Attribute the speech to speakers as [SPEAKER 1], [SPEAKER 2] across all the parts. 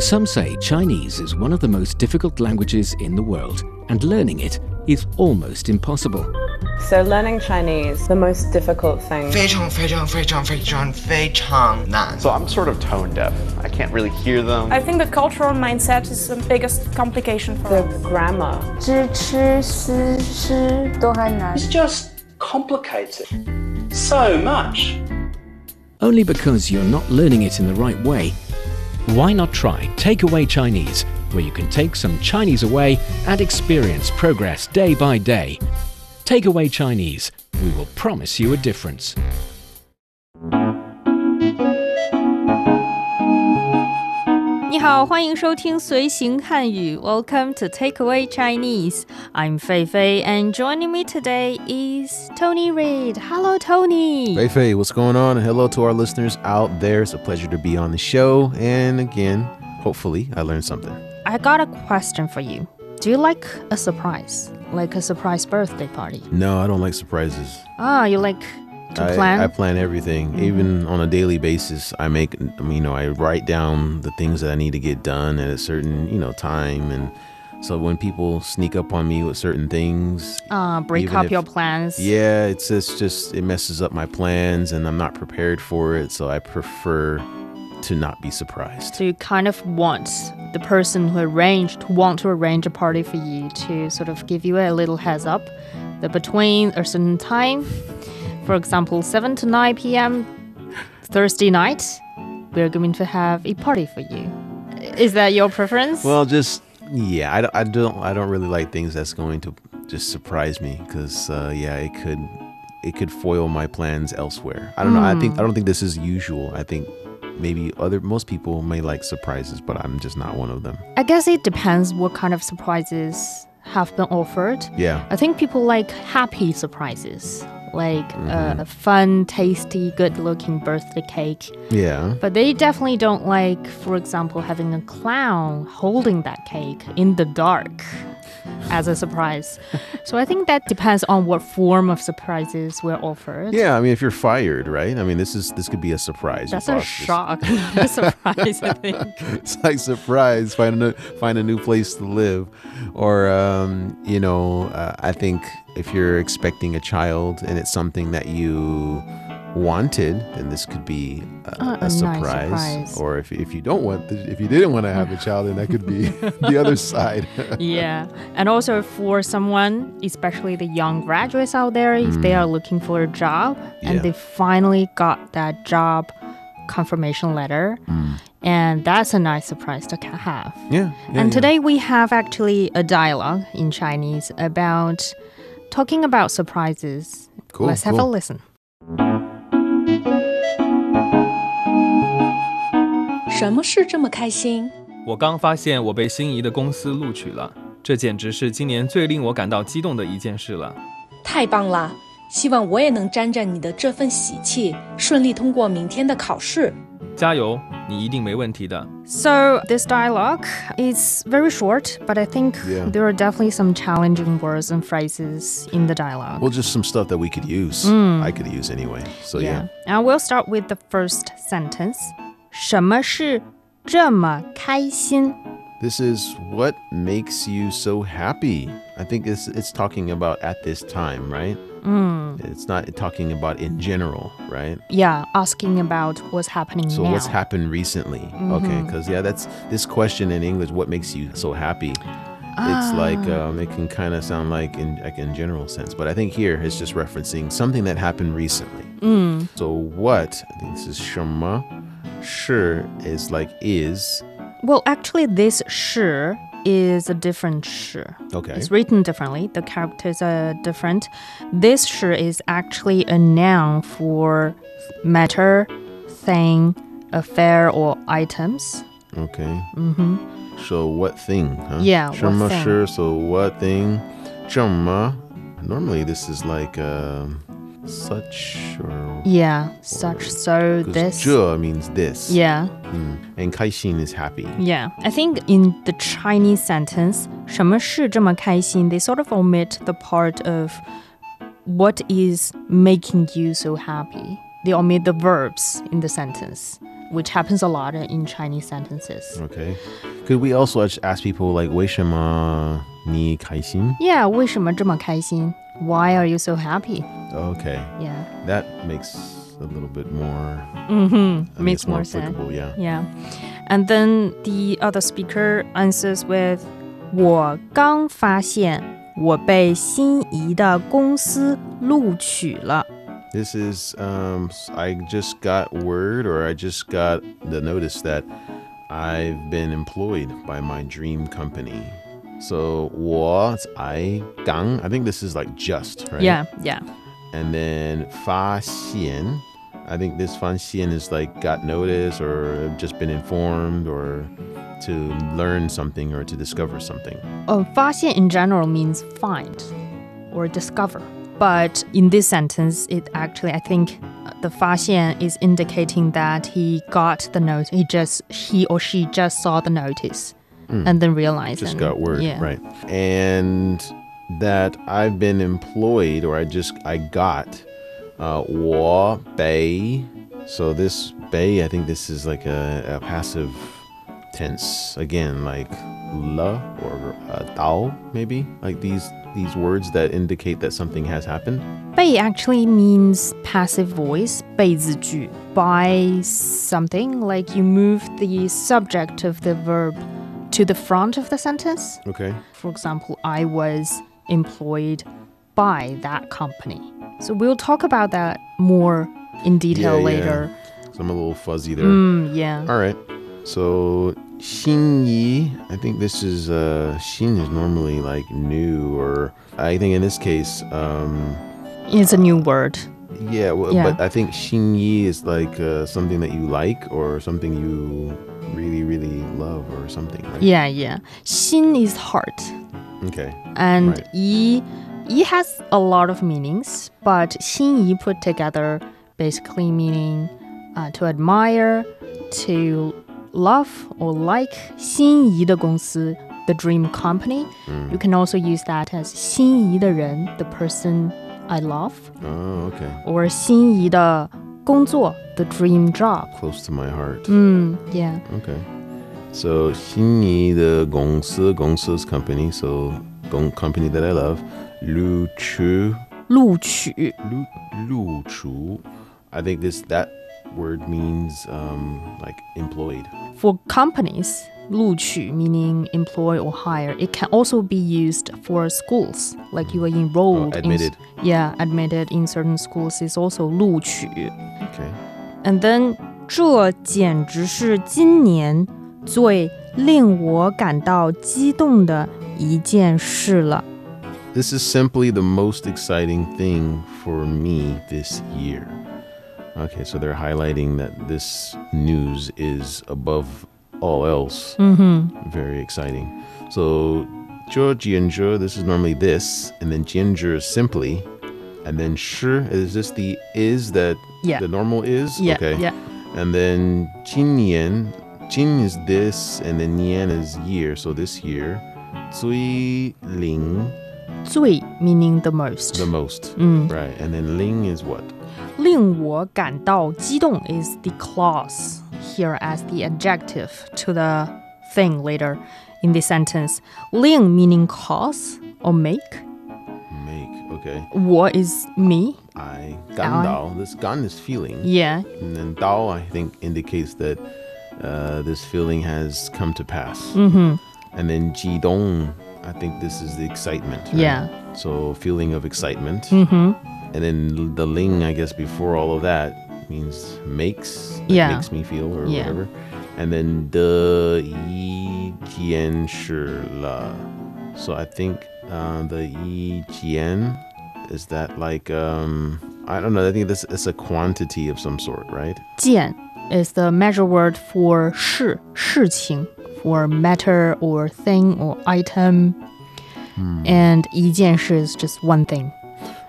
[SPEAKER 1] Some say Chinese is one of the most difficult languages in the world, and learning it is almost impossible.
[SPEAKER 2] So learning Chinese, the most difficult thing.
[SPEAKER 3] 非常非常非常非常非常难。
[SPEAKER 4] So I'm sort of tone deaf. I can't really hear them.
[SPEAKER 5] I think the cultural mindset is the biggest complication
[SPEAKER 2] The
[SPEAKER 5] for us.
[SPEAKER 2] grammar.
[SPEAKER 6] 知吃思吃都很难。
[SPEAKER 7] It's just complicated. So much.
[SPEAKER 1] Only because you're not learning it in the right way. Why not try Takeaway Chinese, where you can take some Chinese away and experience progress day by day? Takeaway Chinese, we will promise you a difference.
[SPEAKER 8] Welcome to Takeaway Chinese. I'm Fei Fei, and joining me today is Tony Reid. Hello, Tony.
[SPEAKER 9] Fei Fei, what's going on? And hello to our listeners out there. It's a pleasure to be on the show. And again, hopefully, I learned something.
[SPEAKER 8] I got a question for you. Do you like a surprise, like a surprise birthday party?
[SPEAKER 9] No, I don't like surprises.
[SPEAKER 8] Ah, you like to
[SPEAKER 9] I,
[SPEAKER 8] plan? Mm-hmm.
[SPEAKER 9] I plan everything, even on a daily basis. I make, I mean, you know, I write down the things that I need to get done at a certain, you know, time. And so when people sneak up on me with certain things,
[SPEAKER 8] uh, break
[SPEAKER 9] even
[SPEAKER 8] up
[SPEAKER 9] if-
[SPEAKER 8] your plans.
[SPEAKER 9] yeah, it's just, just it messes up my plans, and I'm not prepared for it. So I prefer to not be surprised.
[SPEAKER 8] So you kind of want the person who arranged to want to arrange a party for you to sort of give you a little heads up that between a certain time, for example, 7 to 9 p.m. Thursday night, we're going to have a party for you. Is that your preference?
[SPEAKER 9] Well, just yeah, I, don't- I don't I don't really like things that's going to just surprise me because uh, yeah, it could it could foil my plans elsewhere. I don't know. I
[SPEAKER 8] Hmm.
[SPEAKER 9] think I don't think this is usual. I think maybe other most people may like surprises, but I'm just not one of them.
[SPEAKER 8] I guess it depends what kind of surprises have been offered.
[SPEAKER 9] Yeah,
[SPEAKER 8] I think people like happy surprises, like
[SPEAKER 9] Mm-hmm.
[SPEAKER 8] uh, a fun, tasty, good looking birthday cake.
[SPEAKER 9] yeah.
[SPEAKER 8] But they definitely don't like, for example, having a clown holding that cake in the dark as a surprise. so I think that depends on what form of surprises were offered.
[SPEAKER 9] Yeah, I mean, if you're fired, right? I mean, this is this could be a surprise. Your
[SPEAKER 8] That's a
[SPEAKER 9] boss just-
[SPEAKER 8] shock. a surprise, I think.
[SPEAKER 9] it's like surprise find a new, find a new place to live or um, you know uh, i think if you're expecting a child and it's something that you wanted then this could be a,
[SPEAKER 8] Uh,
[SPEAKER 9] a
[SPEAKER 8] a nice
[SPEAKER 9] surprise.
[SPEAKER 8] surprise.
[SPEAKER 9] or if, if you don't want the, if you didn't want to have a child then that could be the other side
[SPEAKER 8] yeah. And also for someone, especially the young graduates out there, if they are looking for a job
[SPEAKER 9] Mm.
[SPEAKER 8] and
[SPEAKER 9] Yeah.
[SPEAKER 8] they finally got that job confirmation letter, and that's a nice surprise to ca- have.
[SPEAKER 9] Mm. yeah, yeah,
[SPEAKER 8] and
[SPEAKER 9] yeah.
[SPEAKER 8] today we have actually a dialogue in Chinese about talking about surprises.
[SPEAKER 9] Cool,
[SPEAKER 8] Let's have a
[SPEAKER 9] cool.
[SPEAKER 8] listen.
[SPEAKER 10] 什么事这么开心？
[SPEAKER 7] 我刚发现我被心仪的公司录取了，这简直是今年最令我感到激动的一件事了。
[SPEAKER 10] 太棒了！希望我也能沾沾你的这份喜气，顺利通过明天的考试。
[SPEAKER 7] 加油，你一定没问题的。
[SPEAKER 8] So this dialogue is very short, but I think
[SPEAKER 9] Yeah.
[SPEAKER 8] there are definitely some challenging words and phrases in the dialogue. Mm.
[SPEAKER 9] well just some stuff that we could use i could use anyway so yeah,
[SPEAKER 8] I will start with the first sentence. 什么是这么开心?
[SPEAKER 9] This is what makes you so happy. I think it's it's talking about at this time, right?
[SPEAKER 8] Mm.
[SPEAKER 9] It's not talking about in general, right?
[SPEAKER 8] Yeah, asking about what's happening
[SPEAKER 9] So
[SPEAKER 8] now. Mm-hmm.
[SPEAKER 9] what's happened recently? Okay, because yeah, that's this question in English. What makes you so happy? It's like
[SPEAKER 8] Ah.
[SPEAKER 9] um, it can kind of sound like in like in general sense, but I think here it's just referencing something that happened recently.
[SPEAKER 8] Mm.
[SPEAKER 9] So what? I think this is shema. Sure is like is.
[SPEAKER 8] Well, actually, this 是 is a different 是.
[SPEAKER 9] Okay.
[SPEAKER 8] It's written differently. The characters are different. This 是 is actually a noun for matter, thing, affair, or items.
[SPEAKER 9] Okay. Mm-hmm. So what thing? Huh?
[SPEAKER 8] Yeah, what
[SPEAKER 9] Shema
[SPEAKER 8] thing?
[SPEAKER 9] sure. So what thing? Shema. Normally this is like um such or
[SPEAKER 8] Yeah, such so
[SPEAKER 9] 'cause
[SPEAKER 8] this.
[SPEAKER 9] "je" means this.
[SPEAKER 8] Yeah.
[SPEAKER 9] Mm. And kaishin is happy.
[SPEAKER 8] Yeah, I think in the Chinese sentence, 什么事这么开心, they sort of omit the part of what is making you so happy. They omit the verbs in the sentence. which happens a lot in Chinese sentences.
[SPEAKER 9] Okay. Could we also just ask people like 为什么你开心?
[SPEAKER 8] Yeah, 为什么这么开心? Why are you so happy?
[SPEAKER 9] Okay.
[SPEAKER 8] Yeah.
[SPEAKER 9] That makes a little bit more I
[SPEAKER 8] Mm-hmm.
[SPEAKER 9] mean,
[SPEAKER 8] Makes
[SPEAKER 9] it's more
[SPEAKER 8] more sense.
[SPEAKER 9] applicable, yeah.
[SPEAKER 8] Yeah. And then the other speaker answers with 我刚发现我被心仪的公司录取了。
[SPEAKER 9] This is um s- I just got word or I just got the notice that I've been employed by my dream company. So what I gang I think this is like just, right?
[SPEAKER 8] Yeah, yeah.
[SPEAKER 9] And then fa xian. I think this fan xian is like got notice or just been informed or to learn something or to discover something.
[SPEAKER 8] Oh, 发现 in general means find or discover. But in this sentence, it actually, I think uh, the 发现 is indicating that he got the note. He just, he or she just saw the notice and then realized.
[SPEAKER 9] Hmm. just
[SPEAKER 8] and-
[SPEAKER 9] got word
[SPEAKER 8] yeah.
[SPEAKER 9] right and that i've been employed or i just i got uh wa bay so this bay i think this is like a, a passive tense again like la or uh, dao maybe like these these words that indicate that something has happened
[SPEAKER 8] 被 actually means passive voice, 被字句, by something like you move the subject of the verb to the front of the sentence.
[SPEAKER 9] okay
[SPEAKER 8] For example, I was employed by that company. So we'll talk about that more in detail
[SPEAKER 9] Yeah, yeah.
[SPEAKER 8] later.
[SPEAKER 9] so i'm a little fuzzy there
[SPEAKER 8] Mm, yeah.
[SPEAKER 9] All right. So Xin Yi, I think this is uh Xin is normally like new or I think in this case, um
[SPEAKER 8] It's a new word.
[SPEAKER 9] yeah, well,
[SPEAKER 8] Yeah.
[SPEAKER 9] but I think Xin Yi is like uh, something that you like or something you really, really love or something, right?
[SPEAKER 8] Yeah, yeah. Xin is heart.
[SPEAKER 9] Okay.
[SPEAKER 8] And
[SPEAKER 9] Right.
[SPEAKER 8] yi, yi has a lot of meanings, but xin yi put together basically meaning uh, to admire, to love or like. Xin yi de gongsi, the dream company.
[SPEAKER 9] Mm.
[SPEAKER 8] You can also use that as xin yi de ren, the person I love,
[SPEAKER 9] Oh, okay.
[SPEAKER 8] or xin yi de gongzuo, the dream job.
[SPEAKER 9] Close to my heart.
[SPEAKER 8] Mm, yeah.
[SPEAKER 9] Okay. So Xin Yi the Gongsi, Gongsi's company, so Gong company that I love. Lu Chu
[SPEAKER 8] 录取.
[SPEAKER 9] Lu lu chu. I think this that word means um, like employed.
[SPEAKER 8] For companies, 录取 meaning employ or hire. It can also be used for schools, like you are enrolled.
[SPEAKER 9] Oh, admitted.
[SPEAKER 8] In, yeah, admitted in certain schools is also 录取.
[SPEAKER 9] Okay.
[SPEAKER 8] And then 这简直是今年最令我感到激动的一件事了。
[SPEAKER 9] This is simply the most exciting thing for me this year. Okay, so they're highlighting that this news is above all else very exciting. So, Zhe Jianzhe, this is normally this, and then Jianzhe is simply, and then Shi, is this the is that
[SPEAKER 8] Yeah.
[SPEAKER 9] the normal is?
[SPEAKER 8] Yeah,
[SPEAKER 9] okay.
[SPEAKER 8] yeah.
[SPEAKER 9] And then Jinyan, Jin is this, and then Nian is year, so this year. Zui Ling,
[SPEAKER 8] 最 meaning the most.
[SPEAKER 9] the most.
[SPEAKER 8] Mm.
[SPEAKER 9] Right, and then Ling is what?
[SPEAKER 8] 令我感到激动 is the clause here as the adjective to the thing later in the sentence. 令 meaning cause or make.
[SPEAKER 9] Make, okay.
[SPEAKER 8] 我 is me.
[SPEAKER 9] I, Gan
[SPEAKER 8] I.
[SPEAKER 9] Dao, this Gan is feeling.
[SPEAKER 8] Yeah.
[SPEAKER 9] And then Dao, I think, indicates that uh, this feeling has come to pass.
[SPEAKER 8] hmm
[SPEAKER 9] And then Jidong, I think this is the excitement. right?
[SPEAKER 8] Yeah.
[SPEAKER 9] So feeling of excitement.
[SPEAKER 8] hmm
[SPEAKER 9] And then l- the Ling, I guess, before all of that means makes. like
[SPEAKER 8] Yeah.
[SPEAKER 9] Makes me feel or
[SPEAKER 8] Yeah.
[SPEAKER 9] whatever. And then the Yi Jian Shi La. So I think uh, the Yi Jian is that like, um, I don't know. I think this is a quantity of some sort, right?
[SPEAKER 8] 见 is the measure word for 事,事情 for matter or thing or item.
[SPEAKER 9] Hmm.
[SPEAKER 8] And 一件事 is just one thing.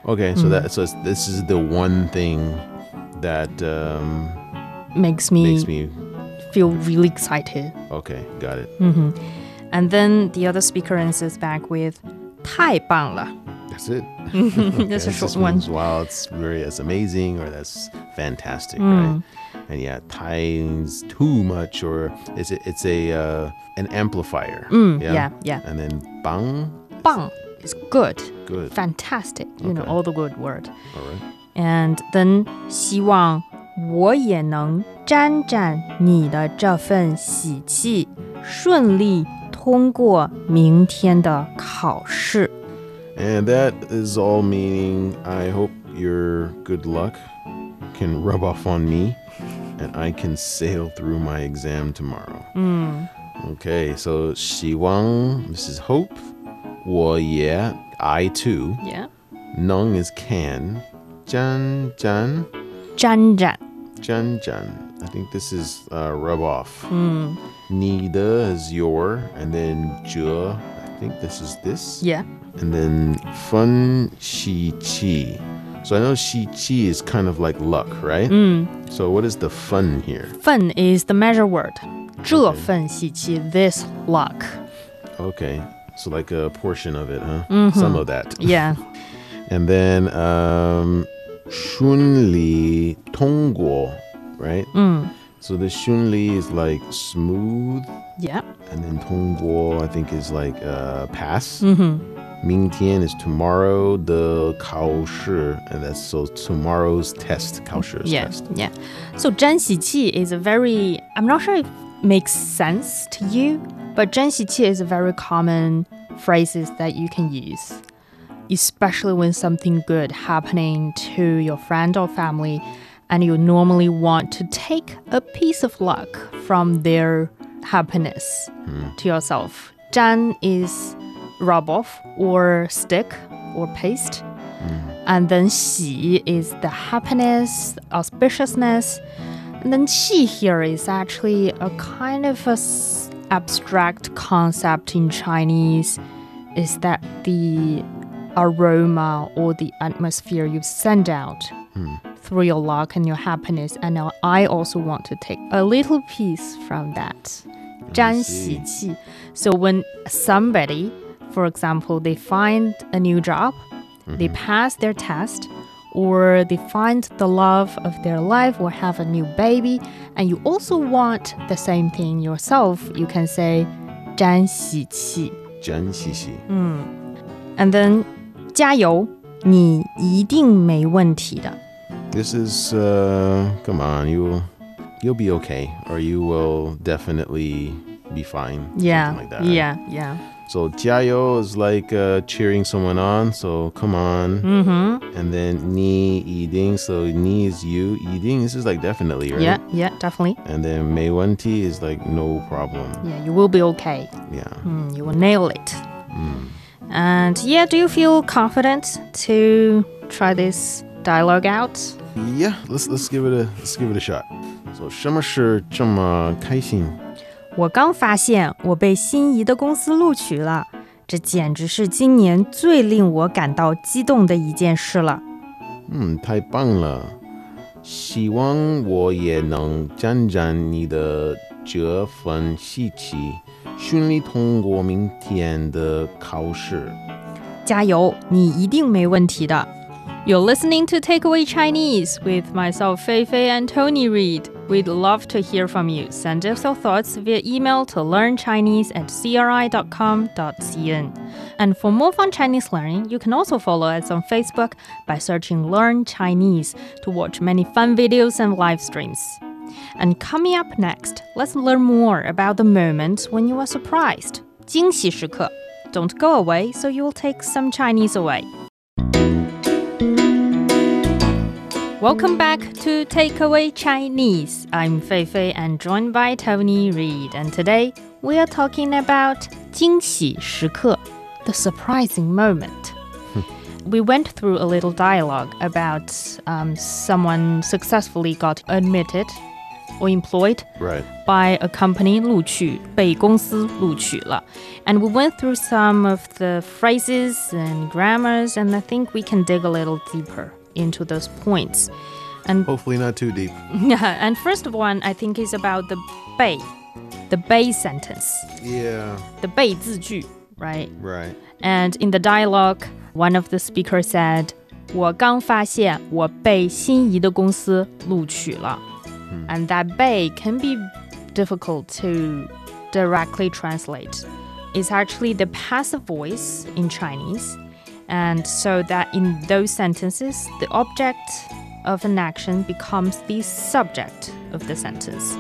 [SPEAKER 9] Okay, so that so it's, this is the one thing that um,
[SPEAKER 8] Makes me,
[SPEAKER 9] makes me
[SPEAKER 8] feel really excited.
[SPEAKER 9] okay. Got it.
[SPEAKER 8] And then the other speaker answers back with 太棒了.
[SPEAKER 9] That's it.
[SPEAKER 8] That's a
[SPEAKER 9] This
[SPEAKER 8] short
[SPEAKER 9] just
[SPEAKER 8] one.
[SPEAKER 9] means, Wow, it's very that's amazing or that's fantastic, right? and yeah, times too much or it's a, it's a uh, an amplifier.
[SPEAKER 8] Mm, yeah, yeah.
[SPEAKER 9] And then bang,
[SPEAKER 8] Bang is good,
[SPEAKER 9] good.
[SPEAKER 8] fantastic, you know,
[SPEAKER 9] Okay.
[SPEAKER 8] all the good word.
[SPEAKER 9] All right.
[SPEAKER 8] And then 希望我也能沾沾你的这份喜气，顺利通过明天的考试。
[SPEAKER 9] And that is all meaning I hope your good luck can rub off on me and I can sail through my exam tomorrow.
[SPEAKER 8] 嗯
[SPEAKER 9] Okay, so Wang, Mrs. Hope. Well, yeah, I too.
[SPEAKER 8] ，Yeah，
[SPEAKER 9] Nung is can. Jan, Jan,
[SPEAKER 8] 沾沾，
[SPEAKER 9] Jan, Jan. I think this is uh, rub off.
[SPEAKER 8] 嗯
[SPEAKER 9] Nida is your, and then Ju. I think this is this.
[SPEAKER 8] ，Yeah，
[SPEAKER 9] and then Fun Shi Chi. So I know Shi Chi is kind of like luck, right?
[SPEAKER 8] 嗯
[SPEAKER 9] So what is the fun here?
[SPEAKER 8] Mm. ，fun is the measure word，这份喜气，this luck。
[SPEAKER 9] Okay, so like a portion of it, huh? Some of that.
[SPEAKER 8] Yeah，
[SPEAKER 9] And then um, Shun Li Tong Guo, right?
[SPEAKER 8] 嗯
[SPEAKER 9] So the Shun Li is like smooth,
[SPEAKER 8] ，Yeah，
[SPEAKER 9] and then Tong Guo I think is like uh, pass.
[SPEAKER 8] 嗯哼。
[SPEAKER 9] Ming Tian is tomorrow, the Kao Shi, and that's so tomorrow's test, Kao Shi's
[SPEAKER 8] yeah,
[SPEAKER 9] test.
[SPEAKER 8] yeah. So 沾喜气 is a very I'm not sure if it makes sense to you, but 沾喜气 is a very common phrases that you can use, especially when something good happening to your friend or family, and you normally want to take a piece of luck from their happiness to yourself. 沾 is rub off or stick or paste. And then xi is the happiness, auspiciousness. And then qi here is actually a kind of a s- abstract concept in Chinese. Is that the aroma or the atmosphere you send out through your luck and your happiness? And now I also want to take a little piece from that. 沾喜气. So when somebody, for example, they find a new job, they
[SPEAKER 9] Mm-hmm.
[SPEAKER 8] pass their test or they find the love of their life or have a new baby and you also want the same thing yourself you can say 沾喜气
[SPEAKER 9] Jan Xixi.
[SPEAKER 8] and then 加油你一定没问题的
[SPEAKER 9] This is uh come on, you will you'll be okay. Or you will definitely be fine.
[SPEAKER 8] yeah
[SPEAKER 9] something like that.
[SPEAKER 8] yeah yeah
[SPEAKER 9] So jiayo is like uh, cheering someone on, so come on.
[SPEAKER 8] mm-hmm
[SPEAKER 9] And then ni eating, so ni is you eating. This is like definitely, right?
[SPEAKER 8] yeah yeah definitely
[SPEAKER 9] And then mei wen ti is like no problem.
[SPEAKER 8] yeah you will be okay
[SPEAKER 9] Yeah. Mm.
[SPEAKER 8] Mm, you will nail it and yeah do you feel confident to try this dialogue out
[SPEAKER 9] Yeah, let's let's give it a let's give it a shot. So 什么是这么开心？
[SPEAKER 8] 我刚发现我被心仪的公司录取了，这简直是今年最令我感到激动的一件事了。
[SPEAKER 9] 嗯，太棒了！希望我也能沾沾你的这份喜气，顺利通过明天的考试。
[SPEAKER 8] 加油，你一定没问题的。You're listening to Takeaway Chinese with myself, Fei Fei and Tony Reid. We'd love to hear from you. Send us your thoughts via email to learnchinese at cri.com.cn. And for more fun Chinese learning, you can also follow us on Facebook by searching Learn Chinese to watch many fun videos and live streams. And coming up next, let's learn more about the moment when you are surprised. 惊喜时刻. Don't go away, so you will take some Chinese away. Welcome back to Takeaway Chinese. I'm Feifei and joined by Tony Reid. And today we are talking about 惊喜时刻, the surprising moment. we went through a little dialogue about um, someone successfully got admitted or employed
[SPEAKER 9] Right.
[SPEAKER 8] by a company 录取，被公司录取了。And we went through some of the phrases and grammars, and I think we can dig a little deeper into those points. And
[SPEAKER 9] Hopefully not too deep.
[SPEAKER 8] and first one I think is about the 被, the 被 sentence,
[SPEAKER 9] Yeah.
[SPEAKER 8] the 被字句, right?
[SPEAKER 9] Right.
[SPEAKER 8] And in the dialogue, one of the speakers said, "我刚发现我被心仪的公司录取了." and that bay can be difficult to directly translate. It's actually the passive voice in Chinese, and so that in those sentences, the object of an action becomes the subject of the sentence,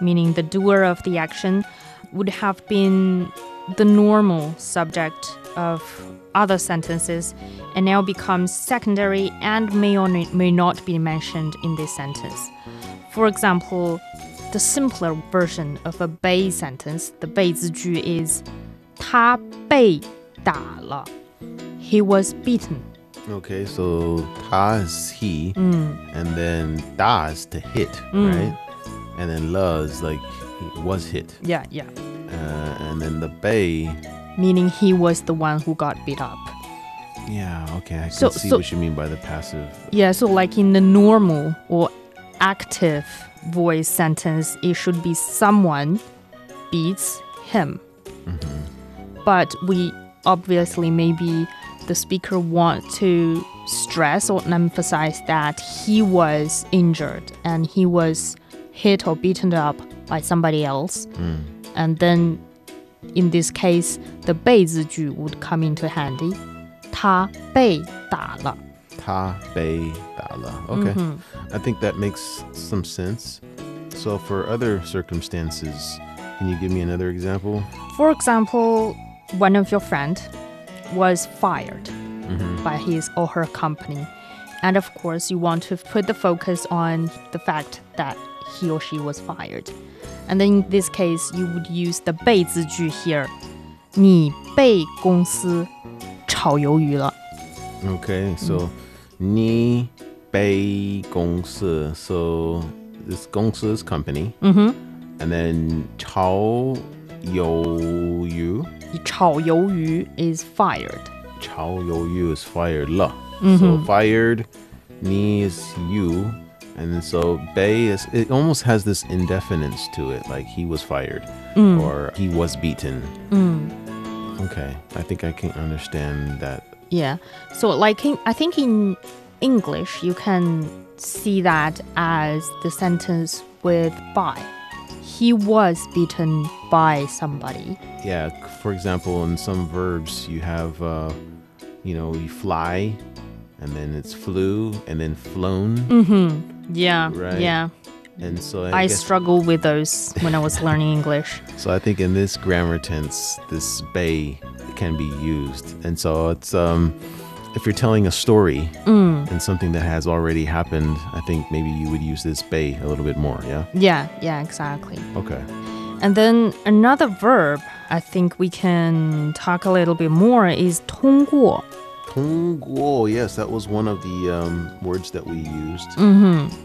[SPEAKER 8] meaning the doer of the action would have been the normal subject of other sentences and now becomes secondary and may or may not be mentioned in this sentence. For example, the simpler version of a 被 sentence, the 被字句 is 他被打了. He was beaten.
[SPEAKER 9] Okay, so ta is he, and then da is to hit, right? And then la is like he was hit,
[SPEAKER 8] Yeah, yeah.
[SPEAKER 9] uh, and then the bay.
[SPEAKER 8] Meaning he was the one who got beat up.
[SPEAKER 9] Yeah, okay, I can
[SPEAKER 8] So-
[SPEAKER 9] see
[SPEAKER 8] so-
[SPEAKER 9] what you mean by the passive.
[SPEAKER 8] Yeah, so like in the normal or active voice sentence, it should be someone beats him. But we obviously maybe the speaker want to stress or emphasize that he was injured and he was hit or beaten up by somebody else. And then in this case, the 被字句 would come into handy. 他被打了.
[SPEAKER 9] Ta bay da la. Okay, I think that makes some sense. So for other circumstances, can you give me another example?
[SPEAKER 8] For example, one of your friend was fired by his or her company. And of course, you want to put the focus on the fact that he or she was fired. And then in this case, you would use the 被字句 here. 你被公司炒鱿鱼了.
[SPEAKER 9] Okay, so ni bei gong se. So this gong se is company, and then chao you yu
[SPEAKER 8] 炒鱿鱼 is fired. Mm-hmm.
[SPEAKER 9] chao you yu is fired la. So fired ni is you, and then so bei is it almost has this indefiniteness to it, like he was fired
[SPEAKER 8] Mm.
[SPEAKER 9] or he was beaten. Okay, I think I can understand that
[SPEAKER 8] Yeah. So like in, I think in English you can see that as the sentence with by. He was beaten by somebody.
[SPEAKER 9] yeah c- for example in some verbs you have uh you know you fly and then it's flew and then flown
[SPEAKER 8] Yeah.
[SPEAKER 9] Right.
[SPEAKER 8] Yeah.
[SPEAKER 9] and so I,
[SPEAKER 8] I
[SPEAKER 9] guess,
[SPEAKER 8] struggle with those when I was learning English.
[SPEAKER 9] so i think in this grammar tense this bay can be used and so it's um if you're telling a story and something that has already happened i think maybe you would use this bay a little bit more yeah
[SPEAKER 8] Yeah, yeah, exactly.
[SPEAKER 9] okay
[SPEAKER 8] And then another verb I think we can talk a little bit more is 通过.
[SPEAKER 9] Tongguo, yes that was one of the um, words that we used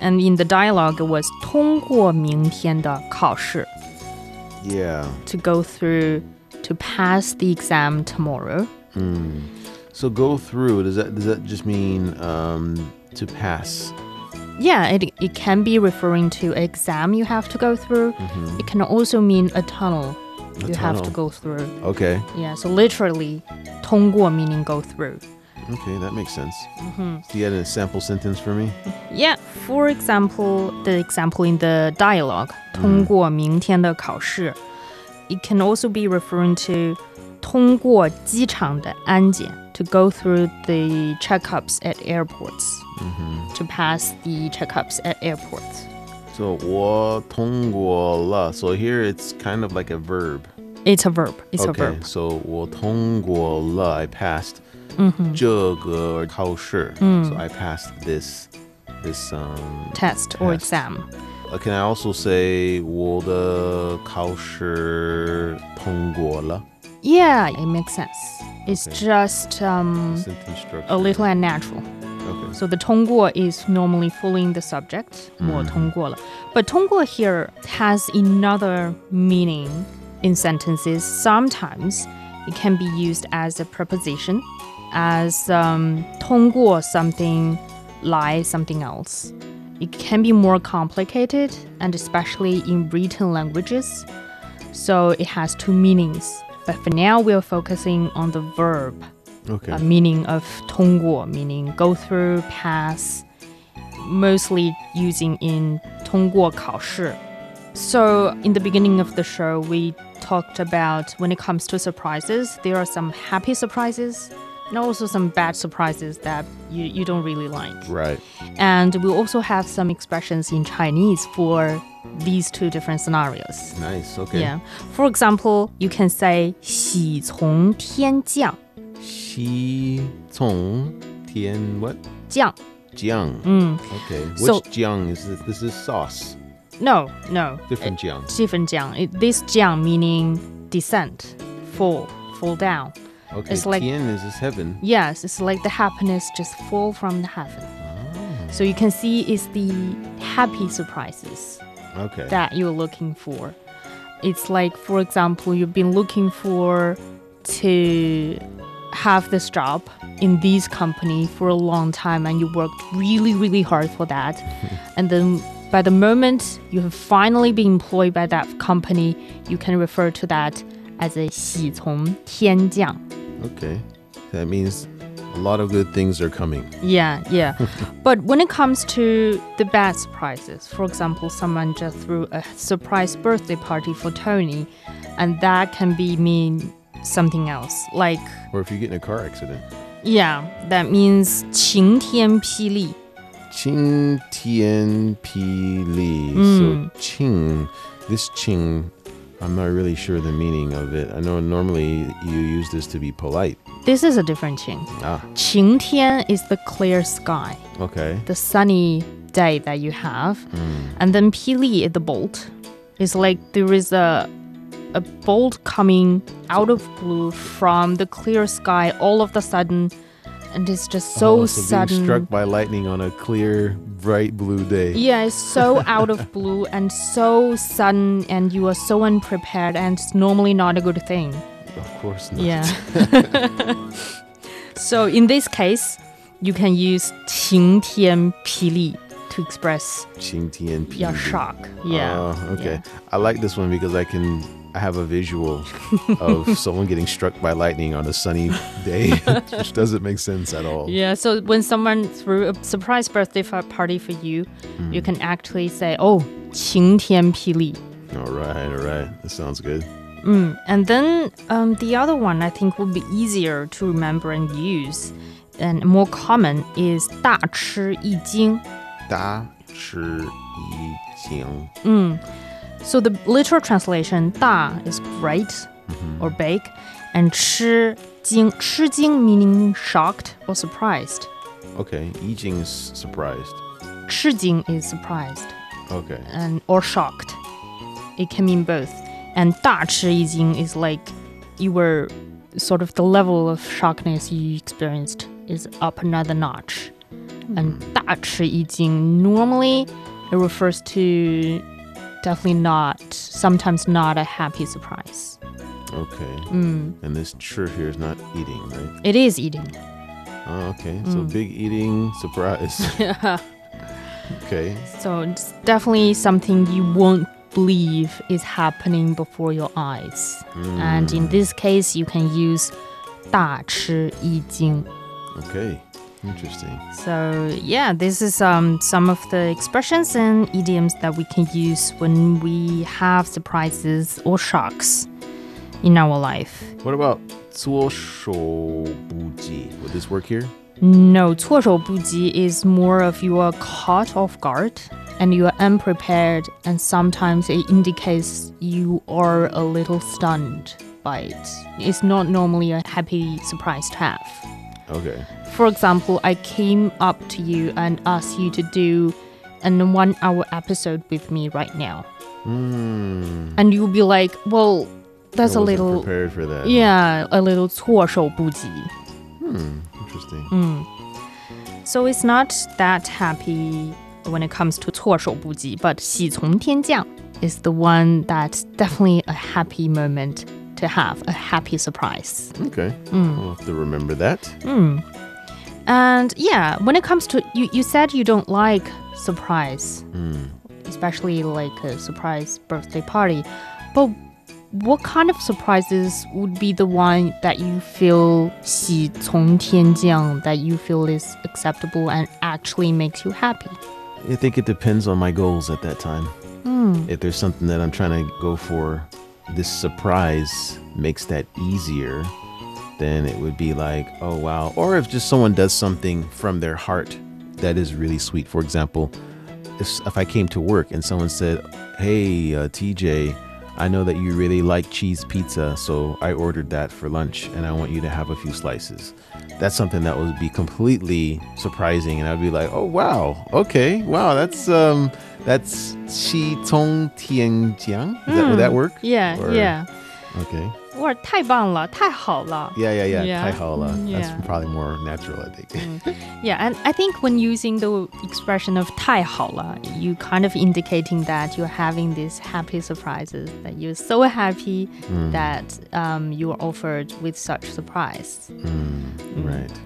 [SPEAKER 8] And in the dialogue it was 通过明天的考试.
[SPEAKER 9] yeah
[SPEAKER 8] to go through to pass the exam tomorrow.
[SPEAKER 9] So go through. Does that does that just mean um, to pass?
[SPEAKER 8] Yeah, it, it can be referring to an exam you have to go through. It can also mean a tunnel you have to
[SPEAKER 9] Mm-hmm. tunnel.
[SPEAKER 8] go through.
[SPEAKER 9] Okay.
[SPEAKER 8] Yeah, so literally, 通过 meaning go through.
[SPEAKER 9] Okay, that makes sense. Do you have a sample sentence for me?
[SPEAKER 8] Yeah, for example, the example in the dialogue,
[SPEAKER 9] Mm.
[SPEAKER 8] 通过明天的考试. It can also be referring to 通过机场的安检, to go through the checkups at airports,
[SPEAKER 9] Mm-hmm.
[SPEAKER 8] to pass the checkups at airports.
[SPEAKER 9] So 我通过了. So here it's kind of like a verb.
[SPEAKER 8] It's a verb. It's a
[SPEAKER 9] okay.
[SPEAKER 8] verb.
[SPEAKER 9] So 我通过了. I passed. 这个考试. So I passed this this um.
[SPEAKER 8] Test or
[SPEAKER 9] Test.
[SPEAKER 8] exam.
[SPEAKER 9] uh, Can I also say 我的考试通过了?
[SPEAKER 8] Yeah, it makes sense. It's just um,
[SPEAKER 9] Sentence structure.
[SPEAKER 8] a little unnatural.
[SPEAKER 9] Okay.
[SPEAKER 8] So the 通过 is normally following the subject,
[SPEAKER 9] Mm-hmm.
[SPEAKER 8] 我通过了. But 通过 here has another meaning in sentences. Sometimes it can be used as a preposition, as um, 通过 something, lie something else. It can be more complicated, and especially in written languages. So it has two meanings. But for now, we're focusing on the verb
[SPEAKER 9] Okay.
[SPEAKER 8] a meaning of 通过, meaning go through, pass, mostly using in 通过考试. So, in the beginning of the show, we talked about when it comes to surprises, there are some happy surprises and also some bad surprises that you, you don't really like.
[SPEAKER 9] Right.
[SPEAKER 8] And we also have some expressions in Chinese for these two different scenarios.
[SPEAKER 9] Nice. Okay.
[SPEAKER 8] Yeah. For example, you can say 喜从天降,
[SPEAKER 9] 西从天 what
[SPEAKER 8] 降.
[SPEAKER 9] jiang?
[SPEAKER 8] Mm.
[SPEAKER 9] Okay. Which
[SPEAKER 8] So-
[SPEAKER 9] jiang is this? This is sauce.
[SPEAKER 8] No, no.
[SPEAKER 9] Different jiang.
[SPEAKER 8] 气氛降. It- This 降 meaning descent, fall, fall down.
[SPEAKER 9] Okay.
[SPEAKER 8] it's like-
[SPEAKER 9] tian is this heaven.
[SPEAKER 8] Yes, it's like the happiness just fall from the heaven.
[SPEAKER 9] Oh.
[SPEAKER 8] So you can see it's the happy surprises
[SPEAKER 9] Okay.
[SPEAKER 8] that you're looking for. It's like, for example, you've been looking for to have this job in this company for a long time and you worked really, really hard for that. and then by the moment you have finally been employed by that company, you can refer to that as a 喜从天降.
[SPEAKER 9] Okay. That means a lot of good things are coming.
[SPEAKER 8] Yeah, yeah. but when it comes to the bad surprises, for example, someone just threw a surprise birthday party for Tony, and that can be mean something else. Like,
[SPEAKER 9] Or if you get in a car accident.
[SPEAKER 8] yeah, that means 晴天霹雳.
[SPEAKER 9] Qing
[SPEAKER 8] Mm,
[SPEAKER 9] Tian Pi Li. So Qing, this Qing, I'm not really sure the meaning of it. I know normally you use this to be polite.
[SPEAKER 8] This is a different qing.
[SPEAKER 9] Ah,
[SPEAKER 8] 晴天 is the clear sky,
[SPEAKER 9] okay. Hmm.
[SPEAKER 8] the sunny day that you have, and then 霹雳, the bolt, is like there is a a bolt coming out of blue from the clear sky all of the sudden and it's just so,
[SPEAKER 9] Oh,
[SPEAKER 8] sudden
[SPEAKER 9] Being struck by lightning on a clear, bright blue day.
[SPEAKER 8] yeah it's so out of blue and so sudden and you are so unprepared and it's normally not a good thing
[SPEAKER 9] Of course not.
[SPEAKER 8] yeah so in this case you can use 晴天霹雳 to express
[SPEAKER 9] Qing Tian Pi.
[SPEAKER 8] your
[SPEAKER 9] Li.
[SPEAKER 8] shock yeah
[SPEAKER 9] Oh, okay.
[SPEAKER 8] yeah.
[SPEAKER 9] I like this one because I can. I have a visual of someone getting struck by lightning on a sunny day, which doesn't make sense at all.
[SPEAKER 8] Yeah, so when someone threw a surprise birthday fa- party for you,
[SPEAKER 9] Mm.
[SPEAKER 8] you can actually say, "Oh, 晴天霹雳."
[SPEAKER 9] All right, all right. That sounds good.
[SPEAKER 8] And then um, the other one I think would be easier to remember and use, and more common is 大吃一惊.
[SPEAKER 9] 大吃一惊.
[SPEAKER 8] So the literal translation 大 is great
[SPEAKER 9] Mm-hmm.
[SPEAKER 8] or big, and 吃惊吃惊 meaning shocked or surprised.
[SPEAKER 9] Okay, 一惊 is surprised.
[SPEAKER 8] 吃惊 is surprised.
[SPEAKER 9] Okay.
[SPEAKER 8] and or shocked. It can mean both. And 大吃一惊 is like you were sort of the level of shockness you experienced is up another notch. And
[SPEAKER 9] Hmm.
[SPEAKER 8] 大吃一惊 normally it refers to definitely not sometimes not a happy surprise.
[SPEAKER 9] Okay. And this吃 here is not eating, right?
[SPEAKER 8] It is eating.
[SPEAKER 9] Oh, okay. So big eating surprise. Yeah. okay.
[SPEAKER 8] So it's definitely something you won't believe is happening before your eyes. And in this case you can use 大吃一惊.
[SPEAKER 9] Okay. Interesting.
[SPEAKER 8] So yeah, this is um, some of the expressions and idioms that we can use when we have surprises or shocks in our life.
[SPEAKER 9] What about 措手不及? Would this work here?
[SPEAKER 8] No, 措手不及 is more of you are caught off guard and you are unprepared, and sometimes it indicates you are a little stunned by it. It's not normally a happy surprise to have.
[SPEAKER 9] Okay.
[SPEAKER 8] For example, I came up to you and asked you to do an one hour episode with me right now. And you'll be like, well, that's
[SPEAKER 9] Hmm. I
[SPEAKER 8] a
[SPEAKER 9] wasn't
[SPEAKER 8] little.
[SPEAKER 9] prepared for that.
[SPEAKER 8] Yeah, a little 措手不及.
[SPEAKER 9] Interesting.
[SPEAKER 8] So it's not that happy when it comes to 措手不及, but 喜从天降 is the one that's definitely a happy moment to have, a happy surprise. Mm.
[SPEAKER 9] Okay. I'll have to remember that.
[SPEAKER 8] And yeah, when it comes to you, you said you don't like surprise,
[SPEAKER 9] Mm.
[SPEAKER 8] especially like a surprise birthday party. But what kind of surprises would be the one that you feel 喜从天降 that you feel is acceptable and actually makes you happy?
[SPEAKER 9] I think it depends on my goals at that time. If there's something that I'm trying to go for, this surprise makes that easier. Then it would be like, oh wow. Or if just someone does something from their heart that is really sweet. For example, if, if I came to work and someone said, hey, uh, TJ, I know that you really like cheese pizza, so I ordered that for lunch and I want you to have a few slices. That's something that would be completely surprising and I'd be like, "Oh wow. Okay. Wow, that's um that's Qi Tong Tian Jiang. Is that, would that work?
[SPEAKER 8] Mm. Yeah,
[SPEAKER 9] Or-
[SPEAKER 8] yeah.
[SPEAKER 9] Okay.
[SPEAKER 8] 哇，太棒了，太好了。
[SPEAKER 9] Yeah, yeah, yeah.
[SPEAKER 8] Yeah.
[SPEAKER 9] Tai Haola.
[SPEAKER 8] Mm, yeah. Mm.
[SPEAKER 9] That's probably more natural, I think.
[SPEAKER 8] Yeah, and I think when using the expression of 太好了, you kind of indicating that you're having these happy surprises, that you're so happy
[SPEAKER 9] Mm.
[SPEAKER 8] that um, you are offered with such surprise.
[SPEAKER 9] Mm,
[SPEAKER 8] Mm.
[SPEAKER 9] right.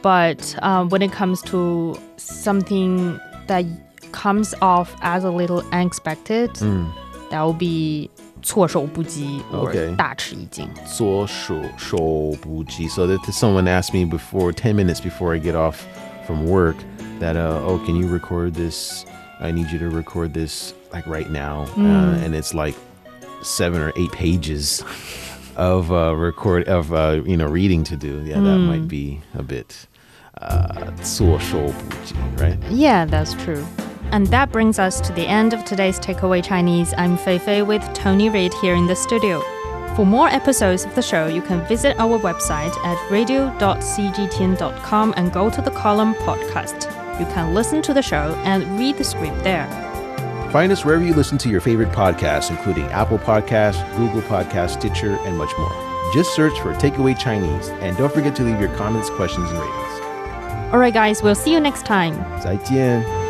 [SPEAKER 8] But um, when it comes to something that comes off as a little unexpected,
[SPEAKER 9] Mm.
[SPEAKER 8] that will be 措手不及 or
[SPEAKER 9] Okay.
[SPEAKER 8] 大吃一惊.
[SPEAKER 9] 左手手不及. So that someone asked me before 10 minutes before I get off from work that uh, oh can you record this? I need you to record this like right now, uh, and it's like seven or eight pages of uh, record of uh, you know reading to do. Yeah, that
[SPEAKER 8] Hmm.
[SPEAKER 9] might be a bit. Uh, 左手不及, right?
[SPEAKER 8] Yeah, that's true. And that brings us to the end of today's Takeaway Chinese. I'm Feifei with Tony Reid here in the studio. For more episodes of the show, you can visit our website at radio.cgtn.com and go to the column podcast. You can listen to the show and read the script there.
[SPEAKER 9] Find us wherever you listen to your favorite podcasts, including Apple Podcasts, Google Podcasts, Stitcher, and much more. Just search for Takeaway Chinese, and don't forget to leave your comments, questions, and ratings.
[SPEAKER 8] Alright, guys, we'll see you next time.
[SPEAKER 9] 再见。